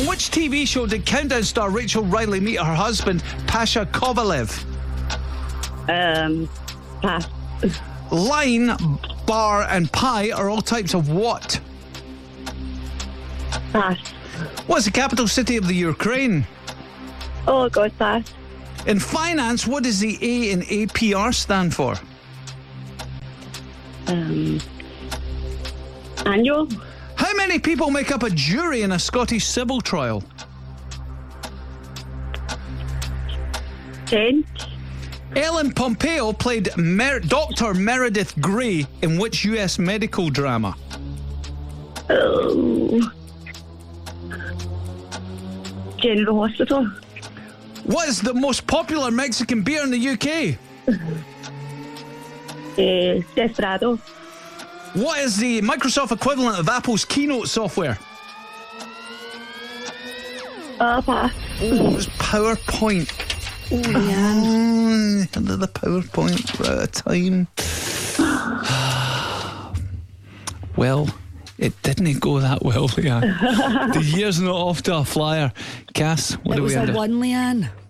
which TV show did Countdown star Rachel Riley meet her husband, Pasha Kovalev? Um, pass. Line, bar, and pie are all types of what? Pass. What's the capital city of the Ukraine? Oh, God, pass. In finance, what does the A in APR stand for? Um, annual. How many people make up a jury in a Scottish civil trial? 10. Ellen Pompeo played Mer- Dr. Meredith Grey in which US medical drama? Oh. General Hospital. What is the most popular Mexican beer in the UK? Uh, Desperado. What is the Microsoft equivalent of Apple's keynote software? Oh, pass. Oh, it's PowerPoint. Oh, yeah. the PowerPoint we're out of time. well, it didn't go that well, Leanne. the year's not off to a flyer. Cass, what it do we was end a up? one, Leanne.